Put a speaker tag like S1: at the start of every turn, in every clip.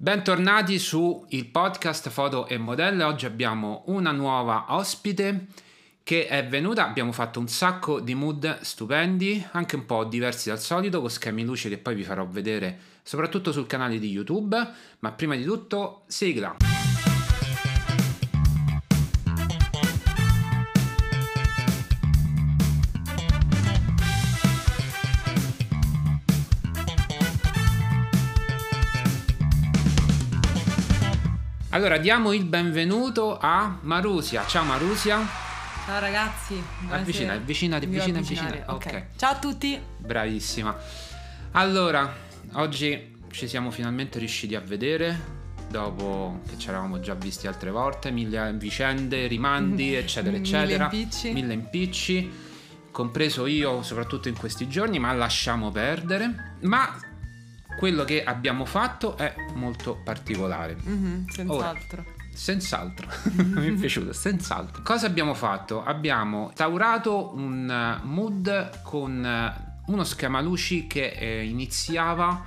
S1: Bentornati su il podcast Foto e Modelle. Oggi abbiamo una nuova ospite che è venuta. Abbiamo fatto un sacco di mood stupendi, anche un po' diversi dal solito, con schemi luce che poi vi farò vedere soprattutto sul canale di YouTube. Ma prima di tutto, sigla. Allora diamo il benvenuto a Marusia. Ciao Marusia.
S2: Ciao ragazzi, buonasera.
S1: Avvicina, avvicinati,
S2: Mi devo
S1: avvicina,
S2: avvicinare,
S1: avvicina. Ok.
S2: Ciao a tutti.
S1: Bravissima. Allora, oggi ci siamo finalmente riusciti a vedere dopo che ci eravamo già visti altre volte, mille vicende, rimandi, eccetera,
S2: Mhm. Mille
S1: eccetera.
S2: impicci.
S1: Mille impicci, compreso io, soprattutto in questi giorni, ma lasciamo perdere. Ma quello che abbiamo fatto è molto particolare.
S2: Mhm, senz'altro.
S1: Senz'altro, mi è piaciuto, senz'altro. Cosa abbiamo fatto? Abbiamo instaurato un eh, mood con eh, uno schema luci che eh, iniziava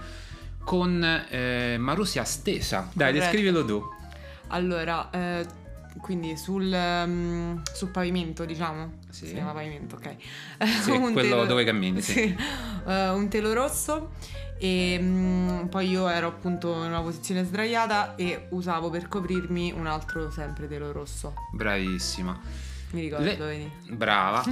S1: con eh, Marusia stesa. Dai,
S2: Corretto.
S1: descrivilo tu.
S2: Allora, eh, quindi sul, ehm, sul pavimento, diciamo.
S1: Sì.
S2: Si chiama pavimento, ok.
S1: Sì,
S2: Un
S1: quello dove cammini, sì.
S2: Eh, un telo rosso e mm, poi io ero appunto in una posizione sdraiata e usavo per coprirmi un altro sempre telo rosso.
S1: Bravissima.
S2: Mi ricordo,
S1: Le-
S2: vedi?
S1: Brava.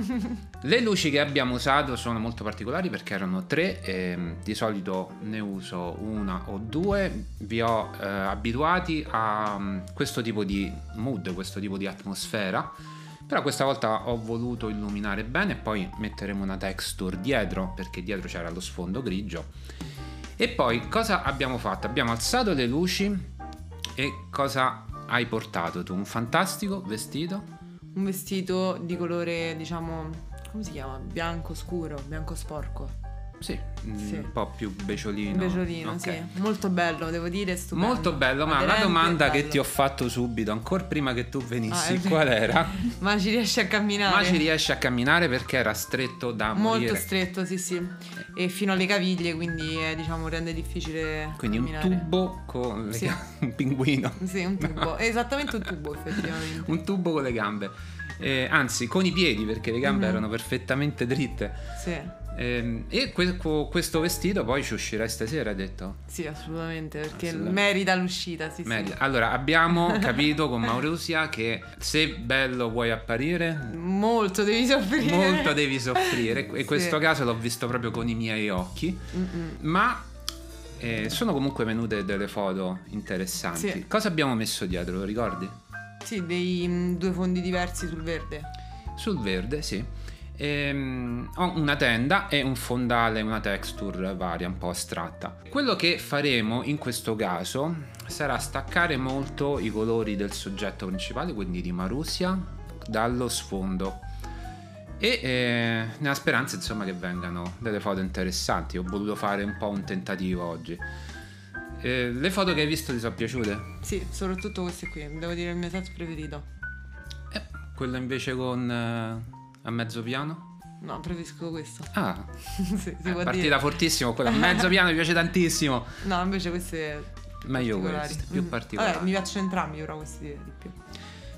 S1: Le luci che abbiamo usato sono molto particolari perché erano tre, ehm, di solito ne uso una o due, vi ho eh, abituati a mm, questo tipo di mood, questo tipo di atmosfera, però questa volta ho voluto illuminare bene e poi metteremo una texture dietro perché dietro c'era lo sfondo grigio. E poi cosa abbiamo fatto? Abbiamo alzato le luci e cosa hai portato tu? Un fantastico vestito?
S2: Un vestito di colore, diciamo... Come si chiama? Bianco scuro, bianco sporco.
S1: Sì, mm,
S2: Sì.
S1: un po' più beciolino.
S2: Beciolino,
S1: Ok.
S2: sì. Molto bello, devo dire, stupendo.
S1: Molto bello, ma la
S2: Aderente,
S1: domanda che
S2: bello.
S1: ti ho fatto subito, ancora prima che tu venissi,
S2: Ah, è vero.
S1: qual era?
S2: Ma ci riesci a camminare?
S1: Ma ci riesci a camminare perché era stretto da
S2: Molto
S1: morire.
S2: stretto, sì, sì. E fino alle caviglie, quindi eh, diciamo rende difficile
S1: Quindi un
S2: camminare.
S1: tubo con le
S2: Sì.
S1: gambe, un pinguino.
S2: Sì, un tubo. Esattamente un tubo, effettivamente.
S1: Un tubo con le gambe. Eh, anzi, con i piedi perché le gambe
S2: Mhm.
S1: erano perfettamente dritte.
S2: Sì.
S1: Ehm, e que- co- questo vestito poi ci uscirai stasera, hai detto.
S2: Sì, assolutamente, perché
S1: Assolutamente.
S2: merita l'uscita, sì, sì.
S1: Meglio. Allora, abbiamo capito con Maurusia che se bello vuoi apparire,
S2: Molto devi soffrire.
S1: Molto devi soffrire e
S2: Sì.
S1: questo caso l'ho visto proprio con i miei occhi,
S2: Mm-mm.
S1: ma eh, sono comunque venute delle foto interessanti.
S2: Sì.
S1: Cosa abbiamo messo dietro, lo ricordi?
S2: Sì, dei mm, due fondi diversi sul verde.
S1: Sul verde, sì. Ehm, ho una tenda e un fondale, una texture varia, un po' astratta. Quello che faremo in questo caso sarà staccare molto i colori del soggetto principale, quindi di Marussia, dallo sfondo. E eh, nella speranza insomma che vengano delle foto interessanti, ho voluto fare un po' un tentativo oggi. Eh, le foto che hai visto ti sono piaciute?
S2: Sì, soprattutto questi qui, devo dire il mio set preferito.
S1: Eh, quello invece con eh, a mezzo piano?
S2: No, preferisco questo.
S1: Ah,
S2: sì, si
S1: Eh,
S2: può
S1: partita
S2: dire.
S1: fortissimo, quella a mezzo piano mi piace tantissimo.
S2: No, invece queste
S1: Meglio
S2: particolari.
S1: queste, più
S2: Mm.
S1: particolari.
S2: Vabbè, mi piacciono entrambi, però questi di più.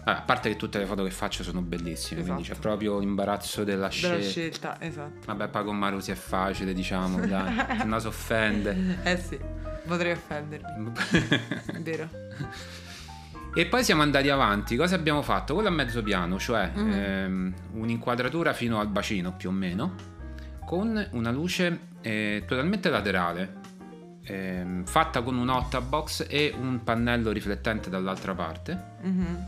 S1: Vabbè, a parte che tutte le foto che faccio sono bellissime, quindi c'è
S2: Esatto.
S1: proprio l'imbarazzo della
S2: Bella
S1: scelta.
S2: scelta, esatto.
S1: Vabbè, poi con Maru si è facile, diciamo, dai, se no si offende.
S2: Eh sì, potrei offendermi, è vero.
S1: e poi siamo andati avanti. Cosa abbiamo fatto? Quello a mezzo piano, cioè
S2: Mhm.
S1: ehm, un'inquadratura fino al bacino più o meno, con una luce eh, totalmente laterale, ehm, fatta con un otta box e un pannello riflettente dall'altra parte.
S2: Mhm.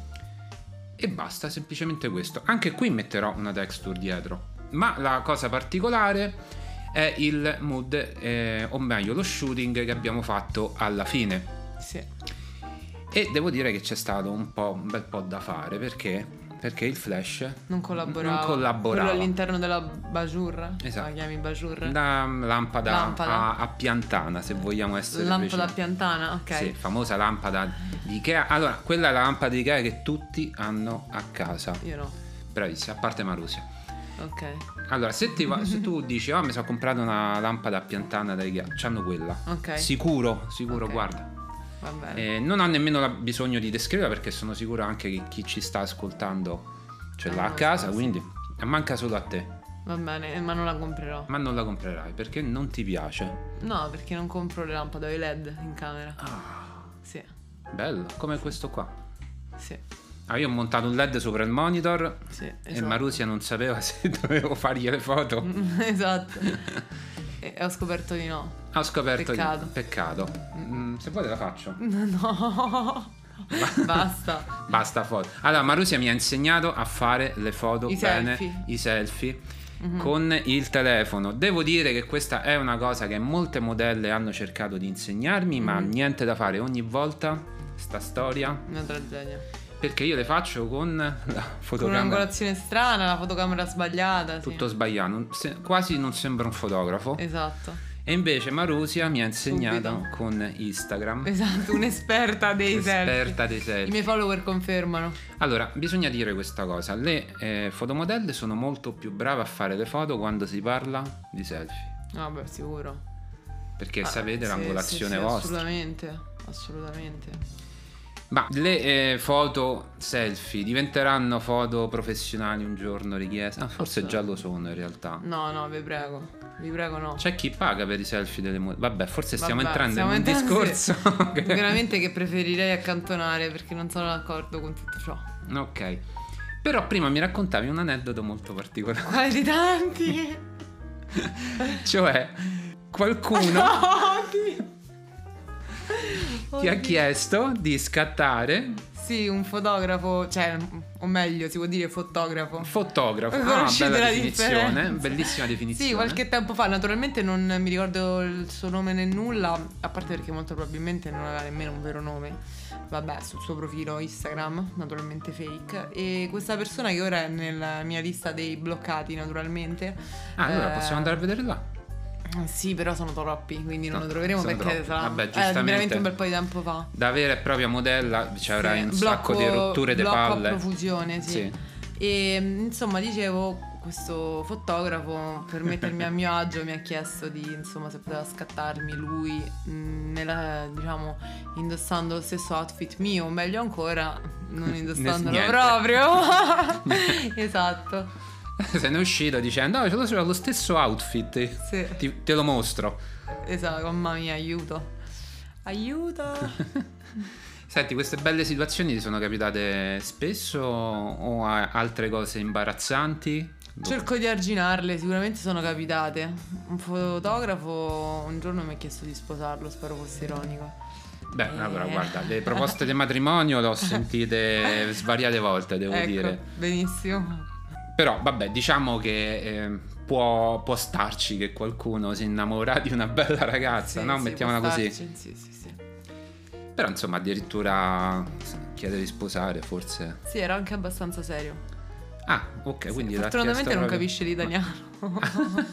S1: e basta, semplicemente questo. Anche qui metterò una texture dietro, ma la cosa particolare è il mood, eh, o meglio lo shooting che abbiamo fatto alla fine.
S2: Sì,
S1: E devo dire che c'è stato un, po', un bel po' da fare perché, perché il flash
S2: non collaborava.
S1: Non collaborava.
S2: Quello all'interno della Bajur,
S1: Esatto.
S2: la chiami Bajur?
S1: la mm, lampada,
S2: Lampada.
S1: A, a piantana, se vogliamo essere
S2: Lampada
S1: precisi.
S2: piantana, ok.
S1: Sì, famosa lampada di Ikea. Allora, quella è la lampada di Ikea che tutti hanno a casa.
S2: Io no,
S1: Bravissima, a parte Marusia.
S2: ok.
S1: Allora, se, ti va- se tu dici, oh, mi sono comprato una lampada a piantana da Ikea, c'hanno quella.
S2: Ok.
S1: Sicuro, sicuro,
S2: Ok.
S1: guarda.
S2: Va bene.
S1: Eh, non ha nemmeno la- bisogno di descriverla perché sono sicuro anche che chi ci sta ascoltando ce l'ha
S2: Ah,
S1: a
S2: lo
S1: casa,
S2: so, sì.
S1: quindi manca solo a te,
S2: Va bene, eh, ma non la comprerò.
S1: ma non la comprerai perché non ti piace.
S2: No, perché non compro le lampada ai LED in camera.
S1: Ah,
S2: Sì,
S1: bello, come questo qua.
S2: sì,
S1: Ah, io ho montato un LED sopra il monitor
S2: sì.
S1: e
S2: esatto.
S1: Marusia non sapeva se dovevo fargli le foto.
S2: esatto. E e ho scoperto di no.
S1: Ho scoperto di-
S2: Peccato.
S1: peccato. Mm, se vuoi te la faccio.
S2: No. Basta.
S1: Basta foto. Allora, Marusia mi ha insegnato a fare le foto
S2: I
S1: bene,
S2: selfie. Mhm.
S1: i selfie con il telefono. Devo dire che questa è una cosa che molte modelle hanno cercato di insegnarmi, ma
S2: Mhm.
S1: niente da fare ogni volta sta storia,
S2: Una tragedia.
S1: perché io le faccio con la
S2: Con
S1: fotocamera
S2: un'angolazione strana, la fotocamera sbagliata. sì.
S1: tutto sbagliato, se- quasi non sembra un fotografo.
S2: Esatto.
S1: E invece Marusia mi ha insegnato
S2: Subito.
S1: con Instagram,
S2: Esatto, un'esperta dei selfie.
S1: esperta dei selfie.
S2: I miei follower confermano.
S1: Allora, bisogna dire questa cosa, le eh, fotomodelle sono molto più brave a fare le foto quando si parla di selfie,
S2: Vabbè, sicuro.
S1: perché
S2: Ah,
S1: sapete
S2: sì,
S1: l'angolazione
S2: sì, sì,
S1: vostra.
S2: Assolutamente, assolutamente.
S1: Ma le eh, foto selfie diventeranno foto professionali un giorno richieste? Ah, forse già lo sono in realtà.
S2: No, no, vi prego. Vi prego no.
S1: C'è chi paga per i selfie delle modelle. Vabbè, forse stiamo
S2: Vabbè,
S1: entrando
S2: stiamo
S1: in un
S2: entrando-
S1: discorso. che-
S2: Veramente che preferirei accantonare perché non sono d'accordo con tutto ciò.
S1: ok. Però prima mi raccontavi un aneddoto molto particolare.
S2: Quale di tanti?
S1: Cioè, qualcuno...
S2: Oddio.
S1: ti ha
S2: Oddio.
S1: chiesto di scattare
S2: Sì, un fotografo, cioè, o meglio, si può dire fotografo.
S1: fotografo. Ah,
S2: Conoscete
S1: bella
S2: la
S1: definizione,
S2: differenza?
S1: bellissima definizione.
S2: Sì, qualche tempo fa, naturalmente non mi ricordo il suo nome né nulla, a parte perché molto probabilmente non aveva nemmeno un vero nome, vabbè, sul suo profilo Instagram, naturalmente fake, e questa persona che ora è nella mia lista dei bloccati, naturalmente.
S1: Ah, allora
S2: eh,
S1: possiamo andare a vedere là.
S2: Sì, però sono troppi, quindi non
S1: No,
S2: lo troveremo
S1: sono
S2: perché
S1: troppi.
S2: sarà
S1: Vabbè,
S2: eh,
S1: giustamente.
S2: veramente un bel po' di tempo fa.
S1: Da vera e propria modella ci avrai
S2: Sì,
S1: un sacco di
S2: blocco-
S1: rotture di
S2: blocco
S1: palle.
S2: a profusione, sì. E insomma, dicevo, questo fotografo per mettermi a mio agio mi ha chiesto di insomma se poteva scattarmi lui mh, nella- diciamo indossando lo stesso outfit mio, o meglio ancora non indossandolo
S1: niente.
S2: proprio. esatto.
S1: Se ne è uscito dicendo, ah, ce l'ho sulla- lo stesso outfit.
S2: Sì.
S1: Ti- te lo mostro.
S2: Esatto, mamma mia, aiuto. Aiuto.
S1: Senti, queste belle situazioni ti sono capitate spesso o a- altre cose imbarazzanti? Boh,
S2: Cerco di arginarle, sicuramente sono capitate. Un fotografo un giorno mi ha chiesto di sposarlo, spero fosse ironico.
S1: Beh, allora
S2: Eh.
S1: guarda, le proposte di matrimonio le ho sentite svariate volte, devo
S2: ecco,
S1: dire.
S2: Benissimo.
S1: Però vabbè, diciamo che eh, può, può starci che qualcuno si innamora di una bella ragazza,
S2: Sì,
S1: no?
S2: sì,
S1: Mettiamola
S2: può
S1: così.
S2: starci, Sì, sì, sì.
S1: Però insomma, addirittura chiedere di sposare, forse.
S2: Sì, era anche abbastanza serio.
S1: Ah, ok,
S2: Sì,
S1: quindi l'ha
S2: Fortunatamente
S1: chiesto
S2: non
S1: proprio-
S2: capisce l'italiano.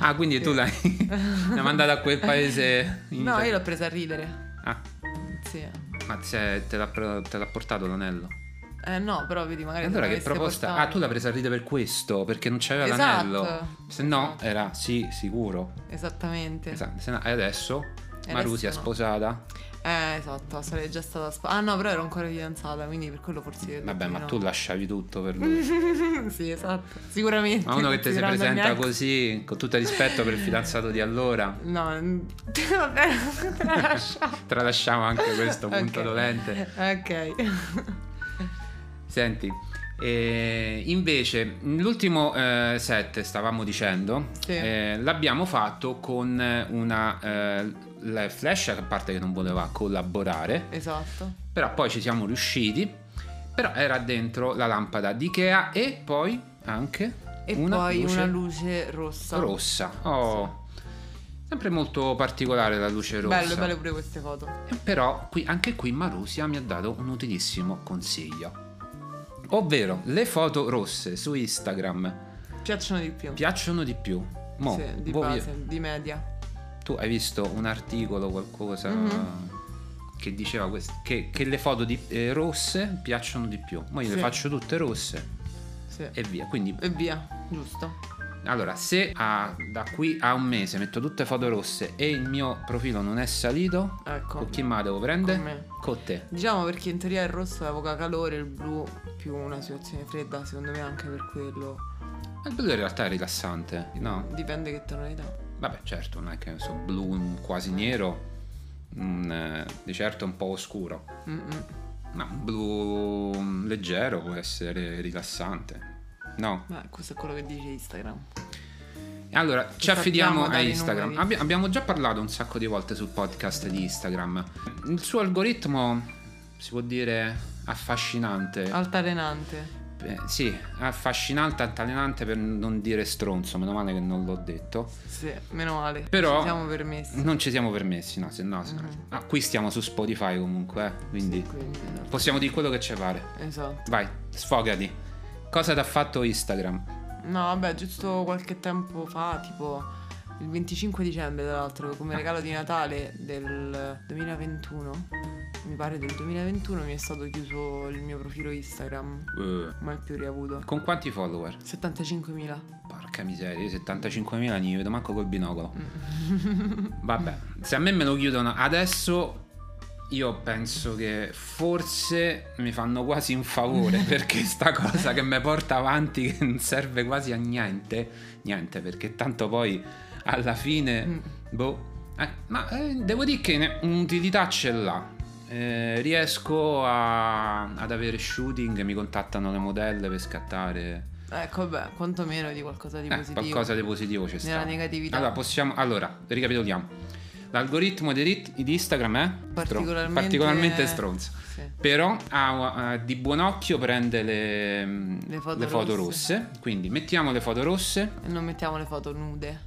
S1: Ah, quindi
S2: Sì.
S1: tu l'hai, l'hai mandata a quel paese in
S2: no,
S1: Italia.
S2: io l'ho presa a ridere.
S1: Ah,
S2: Sì.
S1: ma se- te, l'ha, pro- te l'ha portato l'anello?
S2: Eh no, però vedi, magari.
S1: allora
S2: se
S1: che
S2: l'avesse
S1: proposta? Ah,
S2: portato-
S1: tu l'hai presa a ridere per questo, perché non c'aveva
S2: Esatto.
S1: l'anello. Se no, era sì, sicuro.
S2: Esattamente.
S1: Esatto. Se no, e adesso?
S2: E
S1: Marusia
S2: adesso no.
S1: sposata?
S2: Eh, esatto, sarei già stata sp- Ah no, però ero ancora fidanzata, quindi per quello forse. gli ho
S1: Vabbè,
S2: detto
S1: ma
S2: di no.
S1: tu lasciavi tutto per lui.
S2: sì, esatto. Sicuramente.
S1: Ma uno che te si
S2: considerando il
S1: presenta
S2: mio ex-
S1: così, con tutto il rispetto per il fidanzato di allora,
S2: No, n- vabbè, te la lasciamo.
S1: tralasciamo anche questo punto
S2: Ok.
S1: dolente.
S2: Ok.
S1: Senti, eh, invece, l'ultimo eh, set, stavamo dicendo,
S2: Sì.
S1: eh, l'abbiamo fatto con una... eh, la Flash, a parte che non voleva collaborare,
S2: Esatto.
S1: però poi ci siamo riusciti, però era dentro la lampada di Ikea e poi anche
S2: E
S1: una
S2: poi
S1: luce
S2: una luce rossa.
S1: rossa. Oh. Sempre molto particolare la luce rossa.
S2: Bello, belle pure queste foto.
S1: E Però qui, anche qui Marusia mi ha dato un utilissimo consiglio. Ovvero, le foto rosse su Instagram
S2: Piacciono di più.
S1: piacciono di più. Mo,
S2: Sì, di
S1: voi-
S2: base, di media.
S1: tu hai visto un articolo, qualcosa
S2: Mhm.
S1: che diceva quest- che, che le foto di- eh, rosse piacciono di più. Ma io le
S2: Sì.
S1: faccio tutte rosse
S2: Sì. E...
S1: e via. Quindi
S2: via, giusto.
S1: Allora, se a- da qui a un mese metto tutte foto rosse e il mio profilo non è salito,
S2: Ecco.
S1: con chi me la devo prendere?
S2: Con me.
S1: Con te.
S2: Diciamo perché in teoria il rosso evoca calore, il blu più una situazione fredda, secondo me anche per quello.
S1: Ma Il blu in realtà è rilassante, no?
S2: Dipende che tonalità.
S1: Vabbè, certo, non è che so, blu quasi nero, mm, eh, di certo un po' oscuro.
S2: Mm-mm.
S1: No, un blu mm, leggero può essere rilassante. No.
S2: Beh, Eh, questo è quello che dice Instagram.
S1: Allora, ci
S2: sappiamo
S1: affidiamo a
S2: dai
S1: Instagram.
S2: numeri.
S1: Abbi- abbiamo già parlato un sacco di volte sul podcast di Instagram. Il suo algoritmo si può dire affascinante.
S2: Altalenante.
S1: Eh, sì, affascinante, altalenante per non dire stronzo, meno male che non l'ho detto.
S2: Sì, meno male.
S1: Però-
S2: Ci siamo permessi.
S1: Non ci siamo permessi, no, se no. se no.
S2: Mhm.
S1: Ah, qui stiamo su Spotify comunque, eh, quindi
S2: Quindi, no.
S1: possiamo dire quello che ci pare.
S2: Esatto.
S1: Vai, sfogati. Cosa ti ha fatto Instagram?
S2: No, vabbè, giusto qualche tempo fa, tipo il 25 dicembre, tra l'altro, come regalo di Natale del 2021, mi pare del 2021, mi è stato chiuso il mio profilo Instagram,
S1: Eh,
S2: mai più riavuto.
S1: con quanti follower?
S2: 75.000.
S1: Porca miseria, io 75.000 non li vedo manco col binocolo. Vabbè, se a me me lo chiudono adesso, io penso che forse mi fanno quasi un favore perché sta cosa che mi porta avanti, che non serve quasi a niente, niente, perché tanto poi alla fine,
S2: Mm.
S1: boh, eh, ma eh, devo dire che ne- un'utilità ce l'ha. Eh, riesco a- ad avere shooting, mi contattano le modelle per scattare.
S2: Ecco, vabbè, quantomeno di qualcosa di
S1: Eh,
S2: positivo.
S1: qualcosa di positivo c'è
S2: Nella
S1: stato.
S2: negatività.
S1: Allora, possiamo, allora ricapitoliamo. L'algoritmo di, rit- di Instagram è stron-
S2: Particolarmente-
S1: particolarmente stronzo.
S2: Sì.
S1: Però ha, eh, di buon occhio prende le,
S2: Le foto
S1: rosse. Quindi mettiamo le foto rosse.
S2: E non mettiamo le foto nude.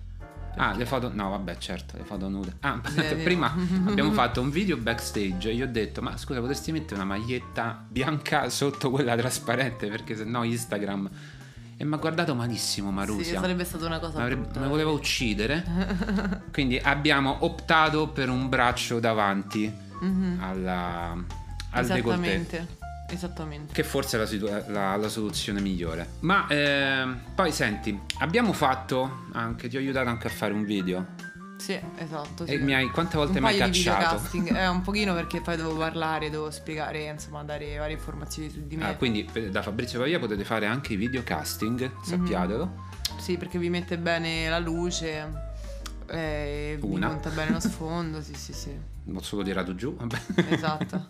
S1: Ah, le foto. No, vabbè, certo, le foto nude. Ah,
S2: Bisogna dire-
S1: prima abbiamo fatto un video backstage e gli ho detto: Ma scusa, potresti mettere una maglietta bianca sotto quella trasparente? Perché sennò Instagram. E mi ha guardato malissimo Marusia.
S2: Sì, sarebbe stata una cosa
S1: Avrebbe-
S2: brutta.
S1: me voleva uccidere. Quindi abbiamo optato per un braccio davanti
S2: Mhm.
S1: alla, al decolleté.
S2: Esattamente. Esattamente.
S1: Che forse è la, situa- la- la soluzione migliore. Ma ehm, poi senti, abbiamo fatto anche, ti ho aiutato anche a fare un video.
S2: Sì, esatto. sì.
S1: E mi hai, quante volte
S2: un
S1: mi hai
S2: paio di
S1: cacciato?
S2: videocasting eh, un pochino perché poi devo parlare devo spiegare insomma dare varie informazioni su di me
S1: Ah, quindi eh, da Fabrizio Pavia potete fare anche i videocasting,
S2: Mhm.
S1: sappiatelo.
S2: sì perché vi mette bene la luce eh, vi
S1: Una.
S2: monta bene lo sfondo sì sì sì
S1: Non solo tirato giù. Vabbè.
S2: esatto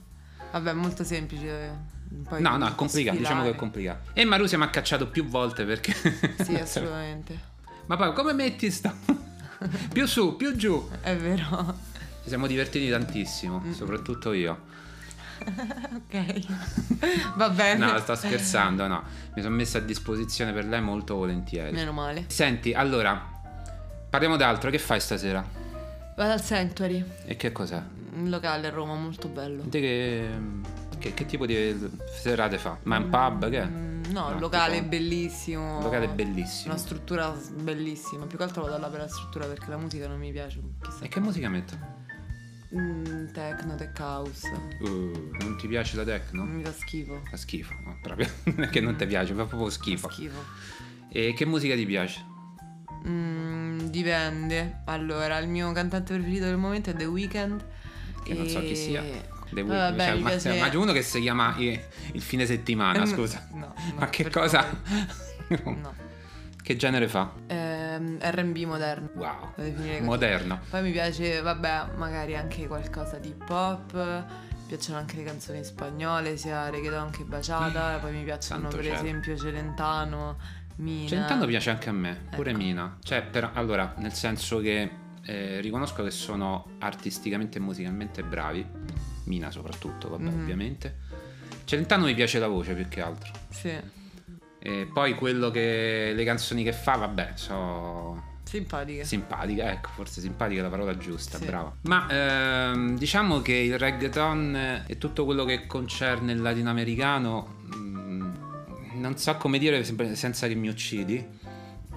S2: vabbè molto semplice eh, un paio
S1: No,
S2: di-
S1: no, è complicato, diciamo che è
S2: sfilare.
S1: complicato. E Marusia mi ha cacciato più volte perché...
S2: sì assolutamente
S1: Ma poi come metti sta? più su, più giù.
S2: è vero
S1: Ci siamo divertiti tantissimo,
S2: Mm.
S1: soprattutto io.
S2: ok va bene
S1: No, sto scherzando, no. Mi sono messa a disposizione per lei molto volentieri.
S2: meno male
S1: Senti, allora, parliamo d'altro. Che fai stasera?
S2: vado al Sanctuary
S1: E che cos'è?
S2: un locale a Roma molto bello
S1: Te che, che, che tipo di serate fa? Ma è un pub che è?
S2: Mm, no,
S1: No,
S2: il locale
S1: tipo-
S2: è bellissimo
S1: Un locale
S2: Una
S1: bellissimo.
S2: struttura s- bellissima, più che altro vado là per la struttura perché la musica non mi piace, chissà.
S1: E che musica metto?
S2: Mm, techno, tech house,
S1: Uh, non ti piace la techno?
S2: mi fa schifo.
S1: Fa schifo, no, proprio. Non è che non ti piace, fa proprio
S2: Fa
S1: schifo.
S2: schifo.
S1: E che musica ti piace?
S2: Mm, dipende. Allora, il mio cantante preferito del momento è The Weeknd.
S1: Che non so chi sia. The
S2: Poi
S1: Weeknd,
S2: vabbè,
S1: cioè,
S2: mi
S1: ma,
S2: piace-
S1: cioè, ma c'è uno che si chiama eh, il fine settimana,
S2: Mm,
S1: scusa.
S2: No,
S1: ma
S2: no,
S1: che
S2: per
S1: cosa?
S2: favore. No.
S1: che genere fa?
S2: Ehm, R&B moderno.
S1: Wow.
S2: Lo definirei così.
S1: Moderno.
S2: Poi mi piace, vabbè, magari anche qualcosa di pop. Mi piacciono anche le canzoni spagnole, sia reggaeton che baciata.
S1: Mm.
S2: Poi mi piacciono,
S1: Santo
S2: per
S1: cielo.
S2: esempio, Celentano, Mina.
S1: Centano Cioè, piace anche a me, pure
S2: Ecco.
S1: Mina. Cioè, però, allora, nel senso che eh, riconosco che sono artisticamente e musicalmente bravi. Mina soprattutto, vabbè,
S2: Mhm.
S1: ovviamente. Celentano mi piace la voce più che altro.
S2: Sì,
S1: E poi quello che le canzoni che fa, vabbè, so
S2: simpatiche.
S1: Simpatica, ecco, forse simpatica è la parola giusta,
S2: Sì.
S1: brava. Ma ehm, diciamo che il reggaeton e tutto quello che concerne il latinoamericano, mm, non so come dire sem- senza che mi uccidi.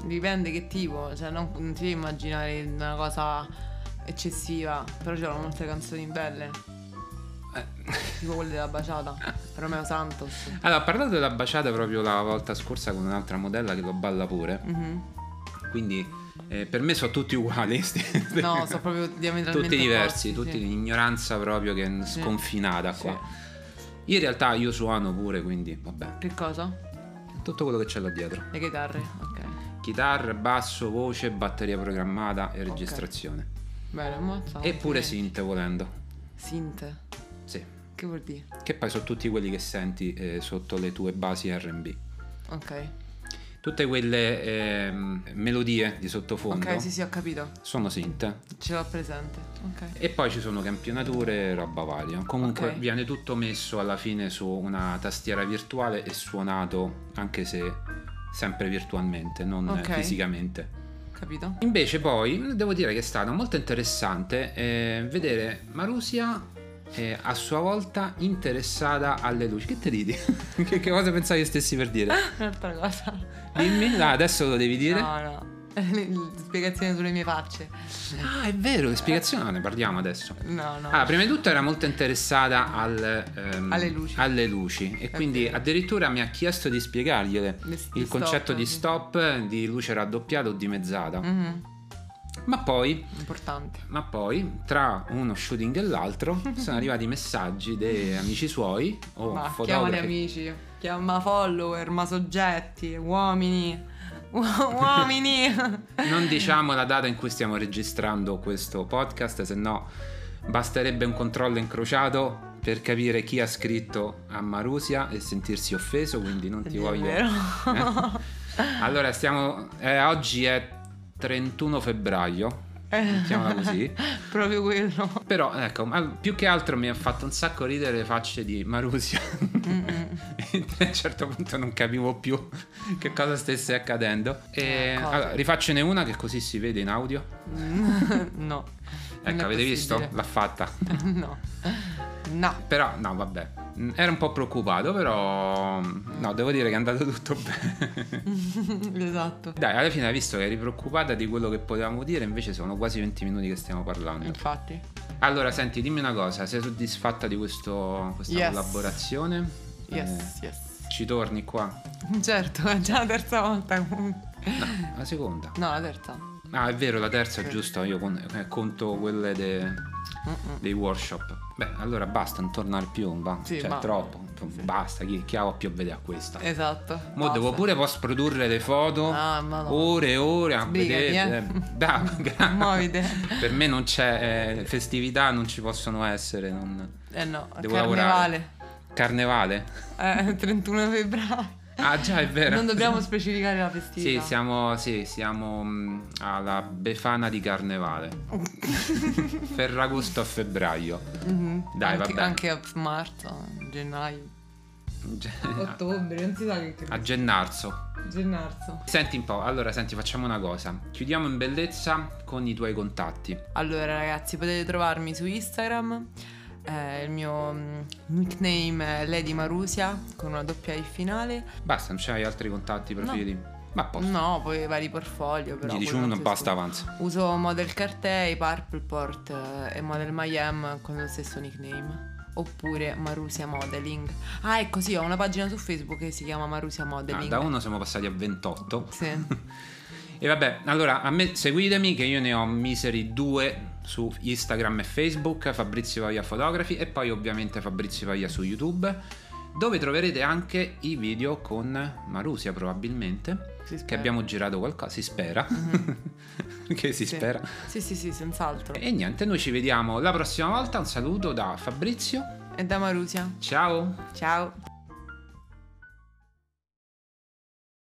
S2: Dipende che tipo, cioè non, non ti devi immaginare una cosa eccessiva. Però c'erano molte canzoni belle,
S1: Eh,
S2: tipo quelle della baciata. Romeo Santos.
S1: Allora, ho parlato della baciata proprio la volta scorsa con un'altra modella che lo balla pure.
S2: Mhm.
S1: quindi eh, per me sono tutti uguali. sti-
S2: No, sono proprio diametralmente
S1: tutti diversi,
S2: opposti,
S1: tutti
S2: sì.
S1: di ignoranza proprio che è
S2: Sì.
S1: sconfinata
S2: Sì.
S1: qua. Io in realtà io suono pure, quindi vabbè,
S2: Che cosa?
S1: tutto quello che c'è là dietro.
S2: Le chitarre, ok.
S1: Chitarra, basso, voce, batteria programmata e
S2: Ok.
S1: registrazione.
S2: Bene, ammazzato.
S1: Eppure sinte volendo.
S2: Sinte.
S1: Sì.
S2: Che vuol dire?
S1: Che poi sono tutti quelli che senti eh, sotto le tue basi R&B.
S2: Ok.
S1: Tutte quelle ehm, melodie di sottofondo
S2: Ok, sì, sì, ho capito.
S1: sono sinte.
S2: Ce l'ho presente. Ok.
S1: E poi ci sono campionature e roba varia. Comunque
S2: Ok.
S1: viene tutto messo alla fine su una tastiera virtuale e suonato anche se sempre virtualmente, non eh,
S2: Ok.
S1: fisicamente.
S2: Capito?
S1: Invece poi devo dire che è stato molto interessante eh, vedere Marusia eh, a sua volta interessata alle luci. Che te ridi? che, che cosa pensavi stessi per dire?
S2: Un'altra cosa.
S1: Dimmi, là, adesso lo devi dire.
S2: No, no. Spiegazione sulle mie facce.
S1: Ah, è vero, che spiegazione, no, ne parliamo adesso.
S2: No, no.
S1: Ah, prima di tutto era molto interessata al, ehm,
S2: Alle luci.
S1: alle luci, e
S2: È
S1: quindi
S2: vero.
S1: addirittura mi ha chiesto di spiegargliele
S2: Di s- di
S1: il
S2: stop,
S1: concetto di
S2: sì.
S1: stop, di luce raddoppiata o dimezzata.
S2: Mhm,
S1: Ma poi,
S2: Importante.
S1: ma poi, tra uno shooting e l'altro, sono arrivati messaggi dei amici suoi o
S2: ma chiamali
S1: Oh, fotografi.
S2: amici, chiama follower, ma soggetti, uomini. Uo- uomini.
S1: Non diciamo la data in cui stiamo registrando questo podcast, se no basterebbe un controllo incrociato per capire chi ha scritto a Marusia e sentirsi offeso, quindi non ti
S2: È
S1: voglio...
S2: vero.
S1: Allora, stiamo. eh, oggi è 31 febbraio.
S2: Eh.
S1: Eh? Mettiamola così.
S2: Proprio quello.
S1: Però ecco, ma più che altro mi ha fatto un sacco ridere le facce di Marusia.
S2: Mm-mm.
S1: E a un certo punto non capivo più che cosa stesse accadendo. E,
S2: Eh, cosa?
S1: allora, rifaccene una che così si vede in audio.
S2: no. non è
S1: Ecco, avete visto?
S2: possibile.
S1: L'ha fatta.
S2: no. No.
S1: Però no, vabbè. Mm, Era un po' preoccupato, però mm, no, devo dire che è andato tutto bene.
S2: esatto.
S1: Dai, alla fine hai visto che eri preoccupata di quello che potevamo dire, invece sono quasi 20 minuti che stiamo parlando.
S2: Infatti.
S1: Allora, senti, dimmi una cosa, sei soddisfatta di questo- questa
S2: Yes.
S1: collaborazione?
S2: Yes, yes.
S1: Eh, ci torni qua?
S2: Certo, è già la terza volta comunque.
S1: No, la seconda.
S2: No, la terza.
S1: Ah, è vero, la terza,
S2: Sì.
S1: giusto, io con- eh, conto quelle de-
S2: Mm-mm.
S1: dei workshop. Beh, allora basta, non tornare più, va.
S2: Sì,
S1: cioè,
S2: ma-
S1: troppo. Basta, chi, chi ha più vede a questa.
S2: Esatto.
S1: Mo devo
S2: basta.
S1: pure post produrre le foto.
S2: Ah, madonna.
S1: Ore e ore a
S2: Sbrigati,
S1: vedere.
S2: eh.
S1: Dai, gra-
S2: Muoviti.
S1: Per me non c'è eh, festività, non ci possono essere. non-
S2: Eh no,
S1: Devo
S2: carnevale.
S1: Carnevale?
S2: Eh, 31 febbraio.
S1: Ah, già, è vero.
S2: Non dobbiamo specificare la
S1: Sì,
S2: festività.
S1: siamo, sì, siamo mm, alla Befana di Carnevale. Ferragosto a febbraio.
S2: Mhm.
S1: Dai,
S2: anche,
S1: vabbè.
S2: Anche a marzo, gennaio,
S1: Cioè,
S2: ottobre, non si sa che
S1: Eh, A gennarzo.
S2: Gennarzo.
S1: Senti un po', allora senti, facciamo una cosa. Chiudiamo in bellezza con i tuoi contatti.
S2: Allora ragazzi, potete trovarmi su Instagram. eh, il mio mm, nickname è Lady Marusia con una doppia I finale.
S1: Basta, non c'hai altri contatti profili? Ma a posto.
S2: No, poi vari portfolio, però.
S1: Gli dici
S2: quello
S1: uno,
S2: non si
S1: basta,
S2: scusa.
S1: avanza. Ah,
S2: Uso Model Cartei, Purpleport eh, e Model Mayhem con lo stesso nickname. Oppure Marusia Modeling. Ah, ecco sì, ho una pagina su Facebook che si chiama Marusia
S1: Ah,
S2: Modeling.
S1: da uno siamo passati a 28.
S2: Sì.
S1: E vabbè, allora a me seguitemi che io ne ho miseri due su Instagram e Facebook, Fabrizio Pavia Fotografi e poi ovviamente Fabrizio Pavia su YouTube, dove troverete anche i video con Marusia probabilmente,
S2: Si
S1: che
S2: spera.
S1: abbiamo girato qualcosa, si spera, che si
S2: Mm-hmm. Sì.
S1: spera.
S2: Sì, sì, sì, senz'altro.
S1: E niente, noi ci vediamo la prossima volta, un saluto da Fabrizio,
S2: E da Marusia.
S1: ciao!
S2: Ciao.